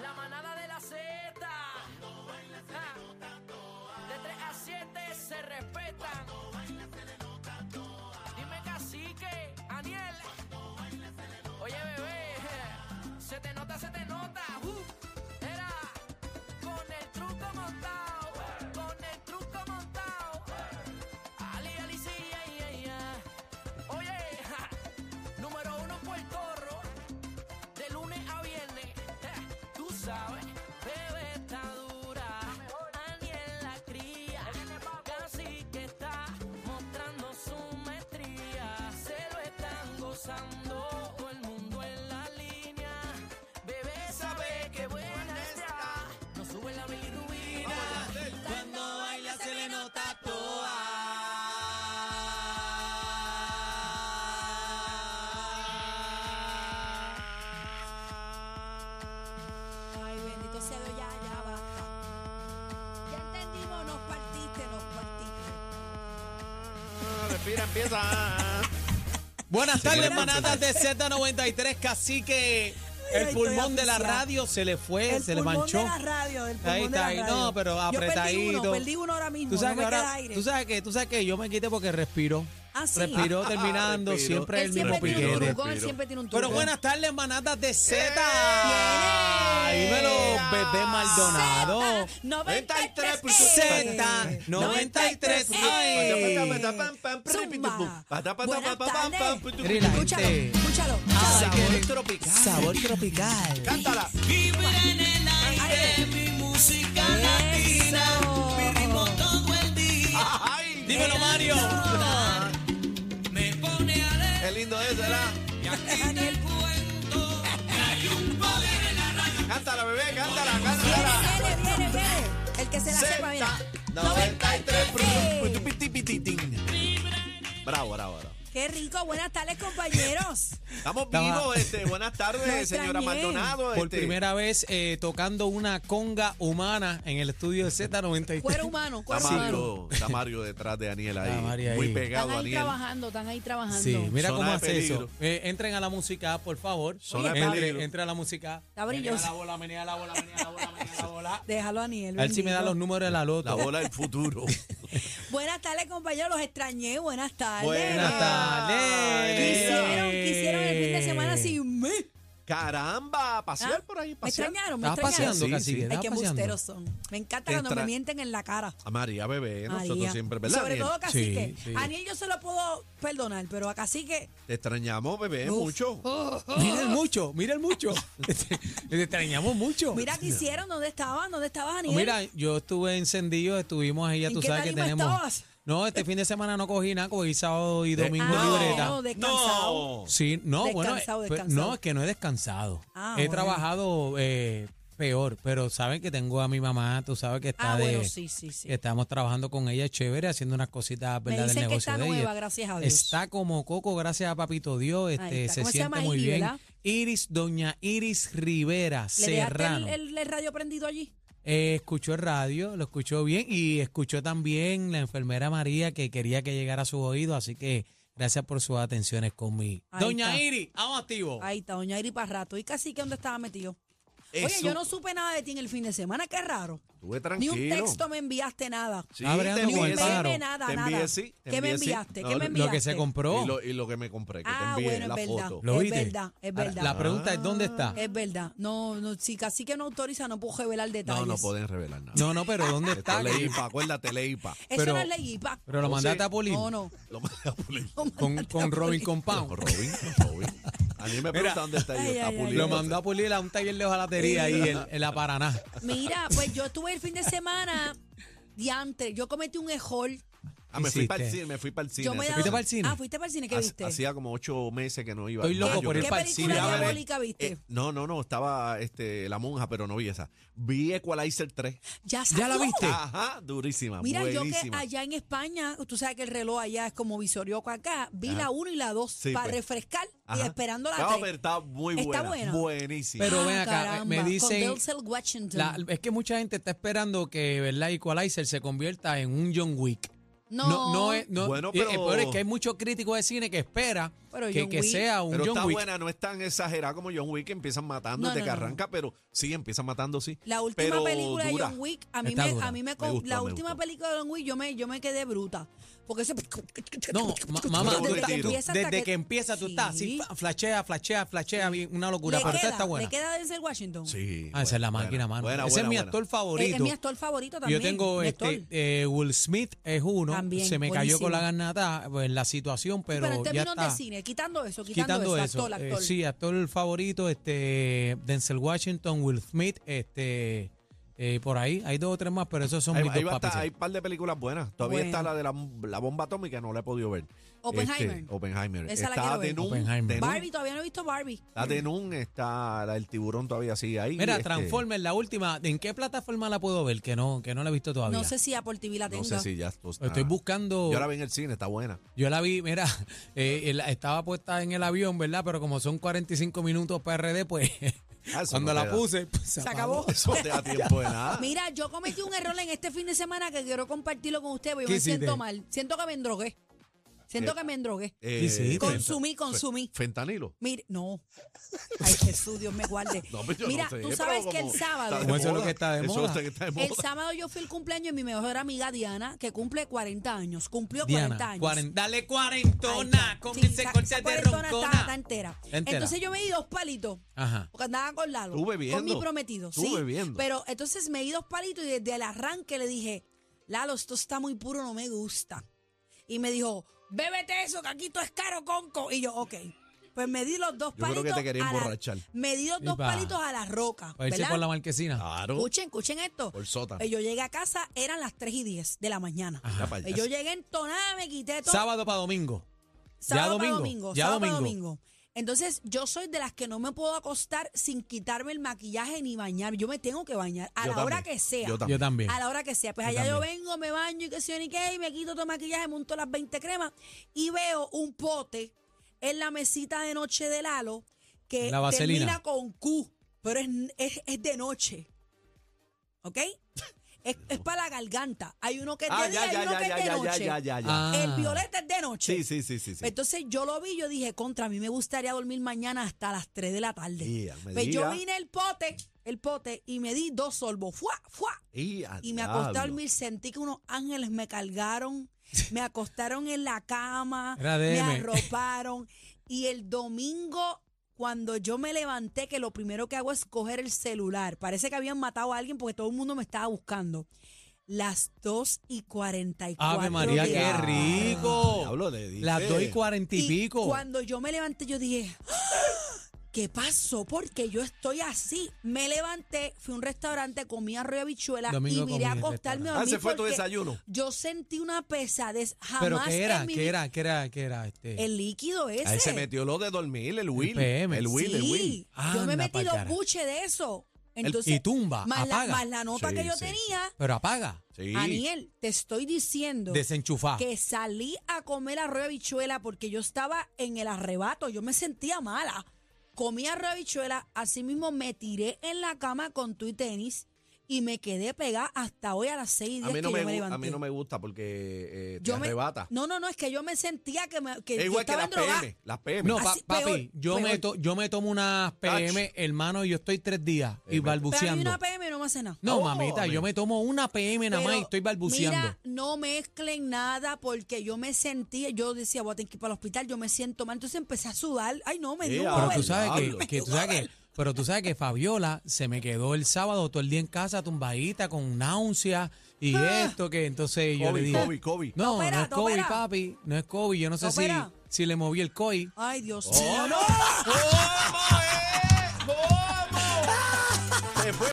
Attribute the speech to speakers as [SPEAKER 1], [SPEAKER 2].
[SPEAKER 1] La manada de la Z. Ja. De 3 a 7 se respetan. Dime cacique, Aniel. Oye, bebé. Se te nota, se te nota. Uh, Era con el truco montado. Con el truco montado. Ali, Ali, sí, ay, ay, ay. Oye, ja. número uno Puerto Rico. De lunes a viernes, eh, tú sabes, bebé está dura. Aniel la cría, casi que está mostrando su maestría. Se lo están gozando, todo el mundo en la línea. Bebé sabe que buena está, no sube la bilirrubina. Cuando baila se le nota toda.
[SPEAKER 2] Ay, bendito sea Dios, ya, ya basta. Ya entendimos, nos partiste, nos partiste.
[SPEAKER 3] Respira, empieza. Buenas tardes, manadas de Z93, cacique. El
[SPEAKER 2] estoy
[SPEAKER 3] pulmón de la
[SPEAKER 2] asfixiada.
[SPEAKER 3] radio se le fue,
[SPEAKER 2] El
[SPEAKER 3] Eh, se le
[SPEAKER 2] pulmón
[SPEAKER 3] manchó.
[SPEAKER 2] de la radio, el pulmón
[SPEAKER 3] Ahí
[SPEAKER 2] de la
[SPEAKER 3] está, ahí
[SPEAKER 2] radio.
[SPEAKER 3] no, pero apretadito.
[SPEAKER 2] Yo perdí uno, perdí uno ahora mismo,
[SPEAKER 3] ¿Tú sabes,
[SPEAKER 2] no
[SPEAKER 3] que
[SPEAKER 2] me queda
[SPEAKER 3] ahora-
[SPEAKER 2] aire.
[SPEAKER 3] tú sabes que tú sabes que yo me quité porque respiro.
[SPEAKER 2] Ah, sí.
[SPEAKER 3] Respiró terminando,
[SPEAKER 4] Respiró.
[SPEAKER 3] siempre
[SPEAKER 2] él
[SPEAKER 3] el
[SPEAKER 2] siempre
[SPEAKER 3] mismo
[SPEAKER 2] tiene un
[SPEAKER 3] piquete.
[SPEAKER 2] truco, él siempre tiene un truco.
[SPEAKER 3] Pero buenas tardes, manadas de Z.
[SPEAKER 2] Viene.
[SPEAKER 3] Dímelo, bebé Maldonado.
[SPEAKER 2] Z, 93.
[SPEAKER 3] Z, 93. Ay.
[SPEAKER 2] Zumba. Buenas tardes.
[SPEAKER 3] Relax.
[SPEAKER 4] Escúchala.
[SPEAKER 2] Escúchalo,
[SPEAKER 3] gente.
[SPEAKER 2] escúchalo,
[SPEAKER 3] Ay,
[SPEAKER 2] escúchalo.
[SPEAKER 3] qué tropical. Sabor tropical.
[SPEAKER 4] Cántala.
[SPEAKER 2] Eso.
[SPEAKER 4] Ay,
[SPEAKER 3] Dímelo, Mario.
[SPEAKER 4] qué lindo eso era.
[SPEAKER 2] Daniel,
[SPEAKER 4] Cántala, bebé, cántala, cántala.
[SPEAKER 2] viene, viene, viene. El que se la sepa, mira.
[SPEAKER 4] 93. Bravo, bravo, bravo.
[SPEAKER 2] Qué rico, buenas tardes, compañeros.
[SPEAKER 4] Estamos
[SPEAKER 3] Estaba-
[SPEAKER 4] vivos, este. Buenas
[SPEAKER 2] Lo
[SPEAKER 4] tardes, señora
[SPEAKER 2] extrañé.
[SPEAKER 4] Maldonado.
[SPEAKER 3] Por
[SPEAKER 4] este.
[SPEAKER 3] primera vez eh, tocando una conga humana en el estudio de Z93.
[SPEAKER 2] Cuero humano,
[SPEAKER 4] Está
[SPEAKER 2] cuero humano.
[SPEAKER 4] Mario, está Mario detrás de Daniel ahí.
[SPEAKER 3] Está Mario ahí.
[SPEAKER 4] Muy
[SPEAKER 2] Están
[SPEAKER 4] pegado,
[SPEAKER 2] ahí
[SPEAKER 4] Daniel.
[SPEAKER 2] trabajando, están ahí trabajando.
[SPEAKER 3] Sí, mira
[SPEAKER 4] Zona
[SPEAKER 3] cómo
[SPEAKER 4] de
[SPEAKER 3] hace eso.
[SPEAKER 4] peligro.
[SPEAKER 3] Eh, entren a la música, por favor.
[SPEAKER 4] Zona de peligro.
[SPEAKER 3] Entre, entre a la música.
[SPEAKER 2] Está brilloso.
[SPEAKER 3] Menea la bola, menea la bola, menea la bola, menea la bola.
[SPEAKER 2] Déjalo a Daniel.
[SPEAKER 3] A ver si me da los
[SPEAKER 2] bendito.
[SPEAKER 3] números de la
[SPEAKER 4] La
[SPEAKER 3] loto.
[SPEAKER 4] bola del futuro.
[SPEAKER 2] Buenas tardes, compañeros. Los extrañé. Buenas tardes.
[SPEAKER 3] Buenas tardes.
[SPEAKER 2] ¿Qué hicieron? ¿Qué hicieron el fin de semana sin mí?
[SPEAKER 4] Caramba, pasear
[SPEAKER 2] Ah,
[SPEAKER 4] por ahí,
[SPEAKER 2] Me
[SPEAKER 4] pasear.
[SPEAKER 2] extrañaron, me
[SPEAKER 3] Estás
[SPEAKER 2] extrañaron.
[SPEAKER 3] paseando,
[SPEAKER 4] Sí,
[SPEAKER 3] cacique.
[SPEAKER 4] sí.
[SPEAKER 3] estabas
[SPEAKER 2] Ay, qué
[SPEAKER 3] paseando.
[SPEAKER 2] embusteros son. Me encanta
[SPEAKER 4] Te
[SPEAKER 2] cuando me
[SPEAKER 4] extra-
[SPEAKER 2] mienten en la cara.
[SPEAKER 4] A María Bebé, nosotros
[SPEAKER 2] María.
[SPEAKER 4] siempre, ¿verdad?
[SPEAKER 2] Sobre
[SPEAKER 4] Daniel?
[SPEAKER 2] todo a Cacique.
[SPEAKER 3] Sí, sí.
[SPEAKER 2] A Aniel yo se lo puedo perdonar, pero a Cacique,
[SPEAKER 4] Te extrañamos, bebé,
[SPEAKER 2] Uf. oh,
[SPEAKER 4] mucho.
[SPEAKER 3] Mira el mucho, mira el mucho. Te extrañamos mucho.
[SPEAKER 2] mira qué hicieron, ¿dónde estaban? ¿Dónde estabas, Aniel?
[SPEAKER 3] Mira, yo estuve encendido, estuvimos ahí, ya
[SPEAKER 2] ¿En
[SPEAKER 3] tú
[SPEAKER 2] qué
[SPEAKER 3] sabes que
[SPEAKER 2] tarima
[SPEAKER 3] tenemos.
[SPEAKER 2] estabas?
[SPEAKER 3] No, este fin de semana no cogí nada, cogí sábado y domingo
[SPEAKER 2] Ah,
[SPEAKER 3] libreta.
[SPEAKER 2] no, descansado.
[SPEAKER 4] No.
[SPEAKER 3] Sí, no,
[SPEAKER 2] Descansado,
[SPEAKER 3] bueno, eh,
[SPEAKER 2] descansado.
[SPEAKER 3] no, es que no he descansado.
[SPEAKER 2] Ah,
[SPEAKER 3] he
[SPEAKER 2] bueno.
[SPEAKER 3] trabajado eh, peor, pero saben que tengo a mi mamá, tú sabes que está
[SPEAKER 2] Ah,
[SPEAKER 3] de
[SPEAKER 2] bueno, sí, sí, sí.
[SPEAKER 3] estamos trabajando con ella chévere, haciendo unas cositas,
[SPEAKER 2] Me
[SPEAKER 3] ¿verdad? del
[SPEAKER 2] dicen que
[SPEAKER 3] negocio
[SPEAKER 2] está
[SPEAKER 3] de ella.
[SPEAKER 2] nueva, gracias a Dios.
[SPEAKER 3] Está como coco, gracias a papito Dios, este
[SPEAKER 2] está.
[SPEAKER 3] se
[SPEAKER 2] ¿Cómo se
[SPEAKER 3] siente
[SPEAKER 2] llama
[SPEAKER 3] muy
[SPEAKER 2] Iris,
[SPEAKER 3] bien.
[SPEAKER 2] verdad?
[SPEAKER 3] Iris, doña Iris Rivera
[SPEAKER 2] ¿Le dejaste
[SPEAKER 3] Serrano.
[SPEAKER 2] el, el- el radio prendido allí?
[SPEAKER 3] Eh, escuchó el radio, lo escuchó bien y escuchó también la enfermera María que quería que llegara a sus oídos, así que gracias por sus atenciones conmigo.
[SPEAKER 2] Ahí
[SPEAKER 3] Doña
[SPEAKER 2] está.
[SPEAKER 3] Iris, vamos activo.
[SPEAKER 2] Ahí está, doña Iri para rato. ¿Y Cacique dónde estaba metido? Oye,
[SPEAKER 4] Eso.
[SPEAKER 2] yo no supe nada de ti en el fin de semana, qué raro.
[SPEAKER 4] Estuve
[SPEAKER 2] Ni
[SPEAKER 4] tranquilo.
[SPEAKER 2] un texto me enviaste nada.
[SPEAKER 4] Sí,
[SPEAKER 3] Estaba
[SPEAKER 4] te
[SPEAKER 3] bregando
[SPEAKER 2] Ni
[SPEAKER 3] con
[SPEAKER 2] un
[SPEAKER 3] el pájaro.
[SPEAKER 2] meme, nada,
[SPEAKER 4] Te
[SPEAKER 2] nada.
[SPEAKER 4] envié sí, te
[SPEAKER 2] ¿Qué me
[SPEAKER 4] envié sí.
[SPEAKER 2] enviaste?
[SPEAKER 4] No,
[SPEAKER 2] ¿Qué me
[SPEAKER 4] lo-
[SPEAKER 2] enviaste?
[SPEAKER 3] Lo que se compró.
[SPEAKER 4] Y lo, y lo que me compré, que
[SPEAKER 2] Ah,
[SPEAKER 4] te envié
[SPEAKER 2] bueno, es
[SPEAKER 4] la
[SPEAKER 2] verdad.
[SPEAKER 4] foto.
[SPEAKER 3] ¿Lo
[SPEAKER 2] Es
[SPEAKER 3] viste?
[SPEAKER 2] verdad, es
[SPEAKER 3] Ahora,
[SPEAKER 2] verdad. Ah.
[SPEAKER 3] La pregunta es ¿dónde está?
[SPEAKER 2] Es verdad. No, no, si Cacique no autoriza, no puedo revelar detalles.
[SPEAKER 4] No, no pueden revelar nada.
[SPEAKER 3] No, no, pero ¿dónde
[SPEAKER 4] Esto Oh,
[SPEAKER 3] está?
[SPEAKER 4] es ley IPA, acuérdate, ley IPA.
[SPEAKER 2] Eso
[SPEAKER 3] pero-
[SPEAKER 2] no es ley IPA.
[SPEAKER 3] Pero lo
[SPEAKER 4] No
[SPEAKER 3] mandaste
[SPEAKER 4] sé.
[SPEAKER 3] a Polín
[SPEAKER 2] No, no.
[SPEAKER 4] Lo mandé a pulir.
[SPEAKER 2] Lo
[SPEAKER 3] con,
[SPEAKER 2] mandaste
[SPEAKER 3] con
[SPEAKER 2] a
[SPEAKER 3] Robin
[SPEAKER 2] pulir.
[SPEAKER 4] Con
[SPEAKER 3] Compound.
[SPEAKER 4] Robin, con Robin. A mí me pregunta dónde está yo,
[SPEAKER 2] Ay,
[SPEAKER 4] está
[SPEAKER 2] ay, ay.
[SPEAKER 4] puliendo.
[SPEAKER 3] Lo mandó a pulir a un taller de hojalatería ahí en, en la Paraná.
[SPEAKER 2] Mira, pues yo estuve el fin de semana diantre. Yo cometí un ejol.
[SPEAKER 4] Ah, me, fui
[SPEAKER 3] hiciste?
[SPEAKER 4] para el cine, me fui para el cine.
[SPEAKER 2] Yo me
[SPEAKER 4] hace
[SPEAKER 2] daba-
[SPEAKER 3] ¿Fuiste
[SPEAKER 4] como-
[SPEAKER 3] pa'l cine?
[SPEAKER 2] Ah, fuiste para el cine, ¿qué
[SPEAKER 4] hace-
[SPEAKER 2] viste?
[SPEAKER 4] Hacía como ocho meses que no iba.
[SPEAKER 3] Estoy loco
[SPEAKER 4] Ah, yo
[SPEAKER 3] por
[SPEAKER 4] creo-
[SPEAKER 3] ir
[SPEAKER 2] ¿Qué
[SPEAKER 3] pa'l cine.
[SPEAKER 2] película
[SPEAKER 4] Fui a ver-
[SPEAKER 2] diabólica viste?
[SPEAKER 4] eh, no, no, no, estaba este, La Monja, pero no vi esa. Vi Equalizer 3.
[SPEAKER 2] ya
[SPEAKER 3] ¿Ya la
[SPEAKER 2] salió.
[SPEAKER 3] viste?
[SPEAKER 4] Ajá, durísima,
[SPEAKER 2] Mira, yo que
[SPEAKER 4] buenísima.
[SPEAKER 2] allá en España, tú sabes que el reloj allá es como visorioco acá, vi
[SPEAKER 4] Ajá.
[SPEAKER 2] la 1 y la 2
[SPEAKER 4] Sí,
[SPEAKER 2] para
[SPEAKER 4] pues.
[SPEAKER 2] refrescar
[SPEAKER 4] Ajá.
[SPEAKER 2] y esperando
[SPEAKER 4] No,
[SPEAKER 2] la
[SPEAKER 4] pero
[SPEAKER 2] 3.
[SPEAKER 4] está muy
[SPEAKER 2] Está buena.
[SPEAKER 4] buena. Buenísima.
[SPEAKER 3] Pero
[SPEAKER 2] Ah,
[SPEAKER 3] ven acá, me- me
[SPEAKER 2] caramba,
[SPEAKER 3] dicen-
[SPEAKER 2] Con Denzel Washington.
[SPEAKER 3] La- es que mucha gente está esperando que ¿verdad? Equalizer se convierta en un John Wick.
[SPEAKER 2] no,
[SPEAKER 3] no, no es. No,
[SPEAKER 4] Bueno,
[SPEAKER 3] y-
[SPEAKER 4] pero-
[SPEAKER 3] y peor es que hay muchos críticos de cine que espera
[SPEAKER 2] Pero
[SPEAKER 3] que,
[SPEAKER 2] John
[SPEAKER 3] que
[SPEAKER 2] Wick-
[SPEAKER 3] sea un
[SPEAKER 4] Pero
[SPEAKER 3] John
[SPEAKER 4] está
[SPEAKER 3] Wick.
[SPEAKER 4] buena, no es tan exagerada como John Wick, que empiezan matando
[SPEAKER 2] No,
[SPEAKER 4] desde
[SPEAKER 2] no,
[SPEAKER 4] que
[SPEAKER 2] no.
[SPEAKER 4] arranca, pero sí, empiezan matando, sí.
[SPEAKER 2] La última
[SPEAKER 4] pero
[SPEAKER 2] película de
[SPEAKER 4] dura.
[SPEAKER 2] John Wick, a mí
[SPEAKER 3] Está
[SPEAKER 2] me,
[SPEAKER 3] dura.
[SPEAKER 2] a mí me,
[SPEAKER 4] Me
[SPEAKER 2] con-
[SPEAKER 4] gustó,
[SPEAKER 2] la
[SPEAKER 4] me
[SPEAKER 2] última
[SPEAKER 4] gustó.
[SPEAKER 2] película de John Wick yo me, yo me quedé bruta. Porque ese
[SPEAKER 3] No, ma- mamá,
[SPEAKER 4] Doble
[SPEAKER 3] tú-
[SPEAKER 4] tiro.
[SPEAKER 3] desde, que, empieza tú estás así,
[SPEAKER 2] Sí.
[SPEAKER 3] fa- flashea, flashea, flashea, bien, una locura,
[SPEAKER 2] le
[SPEAKER 3] pero esta
[SPEAKER 2] queda,
[SPEAKER 3] está buena.
[SPEAKER 2] le queda Denzel Washington. Eh,
[SPEAKER 4] Sí.
[SPEAKER 3] Ah, esa es la
[SPEAKER 4] buena,
[SPEAKER 3] máquina, mano.
[SPEAKER 4] buena,
[SPEAKER 3] Ese es
[SPEAKER 4] buena,
[SPEAKER 3] mi
[SPEAKER 4] buena.
[SPEAKER 3] actor
[SPEAKER 2] Es,
[SPEAKER 3] favorito.
[SPEAKER 2] es mi actor favorito
[SPEAKER 3] Yo
[SPEAKER 2] también.
[SPEAKER 3] tengo
[SPEAKER 2] mi
[SPEAKER 3] este,
[SPEAKER 2] actor.
[SPEAKER 3] eh, Will Smith es uno,
[SPEAKER 2] También,
[SPEAKER 3] se me cayó
[SPEAKER 2] buenísimo.
[SPEAKER 3] con la garnata pues, en la situación, pero,
[SPEAKER 2] en
[SPEAKER 3] ya
[SPEAKER 2] términos
[SPEAKER 3] está.
[SPEAKER 2] de cine, quitando eso, quitando,
[SPEAKER 3] Quitando
[SPEAKER 2] eso,
[SPEAKER 3] eso,
[SPEAKER 2] actor,
[SPEAKER 3] eh,
[SPEAKER 2] actor.
[SPEAKER 3] sí, actor favorito, este Denzel Washington, Will Smith, este eh, por ahí, hay dos o tres más, pero esos son
[SPEAKER 4] Ahí,
[SPEAKER 3] mis
[SPEAKER 4] ahí
[SPEAKER 3] dos
[SPEAKER 4] va a estar-
[SPEAKER 3] papis.
[SPEAKER 4] hay un par de películas buenas. Todavía
[SPEAKER 2] Bueno.
[SPEAKER 4] está la de la, la bomba atómica, no la he podido ver.
[SPEAKER 2] Oppenheimer.
[SPEAKER 4] Este, Oppenheimer.
[SPEAKER 2] Esa la
[SPEAKER 4] está
[SPEAKER 2] quiero
[SPEAKER 4] de
[SPEAKER 2] ver.
[SPEAKER 4] Nun.
[SPEAKER 3] Oppenheimer.
[SPEAKER 4] de Nun.
[SPEAKER 2] Barbie, todavía no he visto Barbie.
[SPEAKER 4] Está de Nun, está la del tiburón todavía sigue ahí.
[SPEAKER 3] Mira,
[SPEAKER 4] este,
[SPEAKER 3] Transformers, la última, ¿en qué plataforma la puedo ver? Que no, que no la he visto todavía.
[SPEAKER 2] No sé si Apple TV la
[SPEAKER 4] No
[SPEAKER 2] tenga.
[SPEAKER 4] sé si ya esto está-
[SPEAKER 3] Estoy buscando.
[SPEAKER 4] Ah. Yo la vi en el cine, está buena.
[SPEAKER 3] Yo la vi, mira, eh, el- estaba puesta en el avión, ¿verdad? Pero como son 45 minutos PRD, pues
[SPEAKER 4] Ah, eso
[SPEAKER 3] cuando
[SPEAKER 4] no te
[SPEAKER 3] la
[SPEAKER 4] da-
[SPEAKER 3] puse, pues, se,
[SPEAKER 2] Se acabó.
[SPEAKER 4] Eso no te da tiempo de nada.
[SPEAKER 2] Mira, yo cometí un error en este fin de semana que quiero compartirlo con ustedes, porque
[SPEAKER 3] ¿Qué
[SPEAKER 2] yo me siento
[SPEAKER 3] hiciste?
[SPEAKER 2] mal. Siento que me endrogué. Siento que me endrogué.
[SPEAKER 4] Eh,
[SPEAKER 3] sí,
[SPEAKER 4] fenta-
[SPEAKER 2] Consumí, consumí.
[SPEAKER 4] Fentanilo.
[SPEAKER 2] Mira, no. Ay, Jesús, Dios me guarde.
[SPEAKER 4] No, pero yo no
[SPEAKER 2] Mira,
[SPEAKER 4] sé,
[SPEAKER 2] tú
[SPEAKER 4] pero
[SPEAKER 2] sabes que
[SPEAKER 4] como
[SPEAKER 2] el sábado,
[SPEAKER 4] de
[SPEAKER 3] Como eso es lo
[SPEAKER 4] moda,
[SPEAKER 3] que está de
[SPEAKER 4] eso
[SPEAKER 3] moda.
[SPEAKER 4] es lo que está de
[SPEAKER 2] el
[SPEAKER 4] moda.
[SPEAKER 2] sábado yo fui el cumpleaños de mi mejor amiga Diana, que cumple 40 años. Cumplió 40
[SPEAKER 3] Diana,
[SPEAKER 2] años.
[SPEAKER 3] cuaren- dale
[SPEAKER 2] Ahí
[SPEAKER 3] cuarentona
[SPEAKER 2] está.
[SPEAKER 3] con
[SPEAKER 2] Sí,
[SPEAKER 3] ese
[SPEAKER 2] esa-
[SPEAKER 3] corte
[SPEAKER 2] esa
[SPEAKER 3] de
[SPEAKER 2] cuarentona está- está
[SPEAKER 3] roncona.
[SPEAKER 2] entera.
[SPEAKER 3] Entera.
[SPEAKER 2] Entonces yo me di dos palitos.
[SPEAKER 3] Ajá.
[SPEAKER 2] Porque andaba con Lalo.
[SPEAKER 4] Tú bebiendo.
[SPEAKER 2] Con mi prometido.
[SPEAKER 4] Tú
[SPEAKER 2] sí.
[SPEAKER 4] bebiendo.
[SPEAKER 2] Pero entonces me di dos palitos y desde el arranque le dije, Lalo, esto está muy puro, no me gusta. Y me dijo, bébete eso, que aquí tú es caro, conco. Y yo, ok. Pues me di los dos
[SPEAKER 4] Yo creo
[SPEAKER 2] palitos.
[SPEAKER 4] que te quería
[SPEAKER 2] a la-
[SPEAKER 4] emborrachar.
[SPEAKER 2] me di los dos
[SPEAKER 3] Ipa.
[SPEAKER 2] palitos a la roca.
[SPEAKER 3] Para irse
[SPEAKER 2] ¿verdad?
[SPEAKER 3] por la marquesina.
[SPEAKER 4] Claro.
[SPEAKER 2] Escuchen, escuchen esto.
[SPEAKER 4] Por sótano.
[SPEAKER 2] Eh, Yo llegué a casa, eran las 3 y 10 de la mañana.
[SPEAKER 4] Ya para allá.
[SPEAKER 2] Eh, Yo llegué entonada, me quité todo.
[SPEAKER 3] Sábado para domingo.
[SPEAKER 2] Sábado
[SPEAKER 3] domingo,
[SPEAKER 2] para domingo.
[SPEAKER 3] ya
[SPEAKER 2] sábado Para
[SPEAKER 3] domingo.
[SPEAKER 2] domingo. Entonces, yo soy de las que no me puedo acostar sin quitarme el maquillaje ni bañar. Yo me tengo que bañar a
[SPEAKER 4] Yo
[SPEAKER 2] la hora
[SPEAKER 4] también,
[SPEAKER 2] que sea.
[SPEAKER 4] yo
[SPEAKER 3] Yo también.
[SPEAKER 2] A la hora que sea. Pues
[SPEAKER 3] Yo
[SPEAKER 2] allá yo vengo, me baño y que sé yo ni qué, y me quito todo el maquillaje, monto las 20 cremas y veo un pote en la mesita de noche de Lalo que
[SPEAKER 3] La vaselina.
[SPEAKER 2] termina con Q, pero es, es, es de noche. ¿Ok? Es, es para la garganta. Hay uno que es de
[SPEAKER 4] Ah,
[SPEAKER 2] día
[SPEAKER 4] ya,
[SPEAKER 2] y
[SPEAKER 4] ya,
[SPEAKER 2] uno
[SPEAKER 4] ya,
[SPEAKER 2] que es
[SPEAKER 4] ya,
[SPEAKER 2] de
[SPEAKER 4] ya,
[SPEAKER 2] noche.
[SPEAKER 4] ya, ya, ya.
[SPEAKER 3] Ah.
[SPEAKER 2] El violeta es de noche.
[SPEAKER 4] Sí, sí, sí, sí. sí.
[SPEAKER 2] Entonces yo lo vi, yo dije, contra, a mí me gustaría dormir mañana hasta las 3 de la tarde.
[SPEAKER 4] Ya, me
[SPEAKER 2] Pues yo
[SPEAKER 4] diga.
[SPEAKER 2] vine el pote, el pote, y me di dos sorbos, ¡fuá, fuá!
[SPEAKER 4] Y, a
[SPEAKER 2] Y me acosté a
[SPEAKER 4] diablo.
[SPEAKER 2] dormir, sentí que unos ángeles me cargaron, me acostaron en la cama,
[SPEAKER 3] Era
[SPEAKER 2] me
[SPEAKER 3] DM.
[SPEAKER 2] arroparon. Y el domingo, cuando yo me levanté, que lo primero que hago es coger el celular. Parece que habían matado a alguien porque todo el mundo me estaba buscando. Las 2 y 44.
[SPEAKER 3] Ave María,
[SPEAKER 2] de la
[SPEAKER 3] qué
[SPEAKER 4] Ah,
[SPEAKER 3] rico.
[SPEAKER 4] diablo, le diste.
[SPEAKER 3] Las doy cuarenta y
[SPEAKER 2] y
[SPEAKER 3] pico.
[SPEAKER 2] Cuando yo me levanté, yo dije, "Ah, ¿qué pasó? Porque yo estoy así. Me levanté, fui a un restaurante, comí arroz y habichuela
[SPEAKER 3] Domingo
[SPEAKER 2] y miré a
[SPEAKER 3] comí en el
[SPEAKER 2] acostarme a
[SPEAKER 4] Ah,
[SPEAKER 2] dormir.
[SPEAKER 4] ese fue tu
[SPEAKER 2] porque
[SPEAKER 4] desayuno.
[SPEAKER 2] Yo sentí una pesadez. Jamás
[SPEAKER 3] Pero qué era,
[SPEAKER 2] en mi
[SPEAKER 3] qué
[SPEAKER 2] vi-
[SPEAKER 3] era, qué era, qué era este.
[SPEAKER 2] El líquido ese.
[SPEAKER 4] Ahí se metió lo de dormir, el Will. El,
[SPEAKER 3] PM.
[SPEAKER 4] Will, el
[SPEAKER 2] Sí,
[SPEAKER 4] Will.
[SPEAKER 2] Yo me
[SPEAKER 3] Anda
[SPEAKER 2] metí
[SPEAKER 3] pa'l
[SPEAKER 2] dos
[SPEAKER 3] carajo.
[SPEAKER 2] buches de eso.
[SPEAKER 3] El-
[SPEAKER 2] Entonces,
[SPEAKER 3] y tumba,
[SPEAKER 2] más, la,
[SPEAKER 3] apaga.
[SPEAKER 2] más la nota
[SPEAKER 4] Sí,
[SPEAKER 2] que yo
[SPEAKER 4] sí, sí.
[SPEAKER 2] tenía,
[SPEAKER 3] Pero apaga,
[SPEAKER 4] Sí.
[SPEAKER 2] Aniel, te estoy diciendo.
[SPEAKER 4] Ah.
[SPEAKER 3] desenchufá.
[SPEAKER 2] que salí a comer arroz y habichuela porque yo estaba en el arrebato, yo me sentía mala. Comí arroz y habichuela, así mismo me tiré en la cama con tu y tenis y me quedé pegada hasta hoy a las 6 y
[SPEAKER 4] A mí, no
[SPEAKER 2] que
[SPEAKER 4] me,
[SPEAKER 2] yo me
[SPEAKER 4] gu-
[SPEAKER 2] levanté.
[SPEAKER 4] a mí no me gusta porque eh, te
[SPEAKER 2] Yo me-
[SPEAKER 4] arrebata.
[SPEAKER 2] No, no, no, es que yo me sentía que, me, que
[SPEAKER 4] es
[SPEAKER 2] yo
[SPEAKER 4] igual que
[SPEAKER 2] estaba
[SPEAKER 4] las
[SPEAKER 2] en droga.
[SPEAKER 4] PM. Las PM.
[SPEAKER 3] No, pa-
[SPEAKER 2] Así,
[SPEAKER 3] papi,
[SPEAKER 2] peor,
[SPEAKER 3] yo, me
[SPEAKER 2] peor.
[SPEAKER 3] to- yo me tomo unas PM, hermano, y yo estoy tres días y
[SPEAKER 4] Pero hay
[SPEAKER 2] Pero a mí
[SPEAKER 3] balbuceando.
[SPEAKER 2] una PM no me hace nada.
[SPEAKER 3] No,
[SPEAKER 4] Oh,
[SPEAKER 3] mamita,
[SPEAKER 4] mami.
[SPEAKER 3] yo me tomo una PM nada más y
[SPEAKER 2] Pero,
[SPEAKER 3] estoy balbuceando.
[SPEAKER 2] Mira, no mezclen nada porque yo me sentía, yo decía, voy a tener que ir para el hospital, yo me siento mal, entonces empecé a sudar. Ay, no, me dio
[SPEAKER 4] Ea,
[SPEAKER 2] un
[SPEAKER 3] pero
[SPEAKER 4] Ay,
[SPEAKER 3] tú
[SPEAKER 2] over.
[SPEAKER 3] sabes
[SPEAKER 4] diablo.
[SPEAKER 3] que, que tú sabes que, pero tú sabes que Fabiola se me quedó el sábado todo el día en casa tumbadita con náusea y esto que entonces yo
[SPEAKER 4] Ah. COVID,
[SPEAKER 3] le dije,
[SPEAKER 4] COVID, COVID.
[SPEAKER 3] no,
[SPEAKER 2] Topera,
[SPEAKER 3] no es COVID,
[SPEAKER 2] topera.
[SPEAKER 3] papi, no es COVID, yo no sé si,
[SPEAKER 2] Topera.
[SPEAKER 3] si le moví el COI.
[SPEAKER 2] Ay, Dios mío.
[SPEAKER 4] ¡Oh!